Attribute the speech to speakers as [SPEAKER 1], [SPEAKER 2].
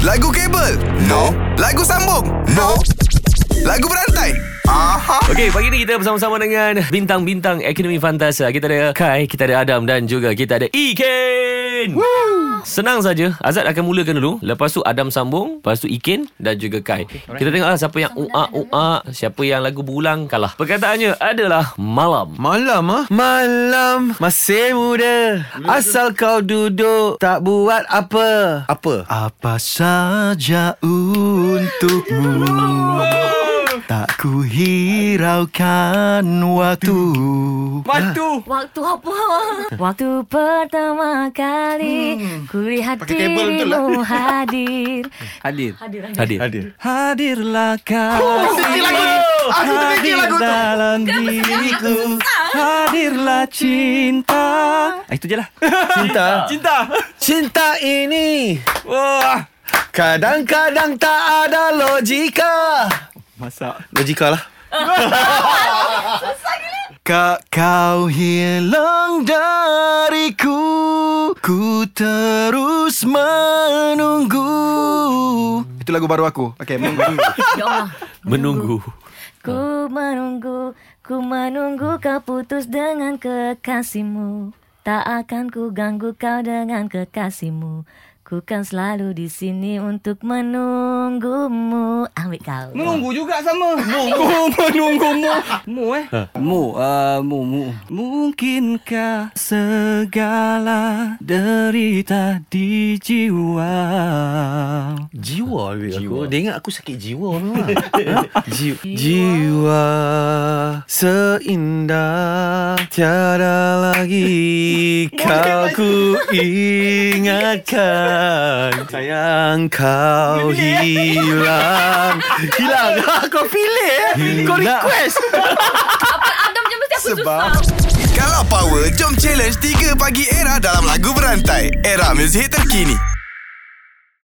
[SPEAKER 1] Lagu kabel? No. Lagu sambung? No. Lagu berantai? Aha.
[SPEAKER 2] Okey, pagi ni kita bersama-sama dengan bintang-bintang ekonomi fantasa. Kita ada Kai, kita ada Adam dan juga kita ada Iken. Senang saja. Azad akan mulakan dulu. Lepas tu Adam sambung, lepas tu Iken dan juga Kai. Kita tengoklah siapa yang ua ua, siapa yang lagu berulang kalah. Perkataannya adalah malam.
[SPEAKER 3] Malam ah Malam Masih muda Asal kau duduk Tak buat apa Apa? Apa saja untukmu Tak ku hiraukan waktu Waktu
[SPEAKER 4] Waktu apa? Waktu pertama kali hmm. kulihat dirimu hadir.
[SPEAKER 3] Hadir
[SPEAKER 4] lah. Hadir.
[SPEAKER 2] Hadir.
[SPEAKER 3] Hadirlah kau Hadir dalam diriku Hadirlah cinta ah, Itu je lah Cinta Cinta Cinta ini Wah Kadang-kadang tak ada logika Masak Logika lah Kau, kau hilang dariku Ku terus menunggu Itu lagu baru aku Okay
[SPEAKER 4] Ya Allah.
[SPEAKER 2] Menunggu.
[SPEAKER 4] Ku menunggu, ku menunggu kau putus dengan kekasihmu. Tak akan ku ganggu kau dengan kekasihmu. Ku kan selalu di sini untuk menunggumu. Ambil kau.
[SPEAKER 5] Menunggu juga sama. Menunggu menunggumu. Mu eh. Mu uh, mu mu. Mungkinkah segala derita di jiwa
[SPEAKER 3] Jiwa lebih jiwa. aku Dia ingat aku sakit jiwa memang jiwa. jiwa Seindah Tiada lagi Kau ku ingatkan Sayang kau hilang Hilang Ah, Kau pilih eh? Kau request
[SPEAKER 4] Adam je mesti aku
[SPEAKER 1] Sebab Kalau power, jom challenge 3 pagi era dalam lagu berantai. Era muzik terkini.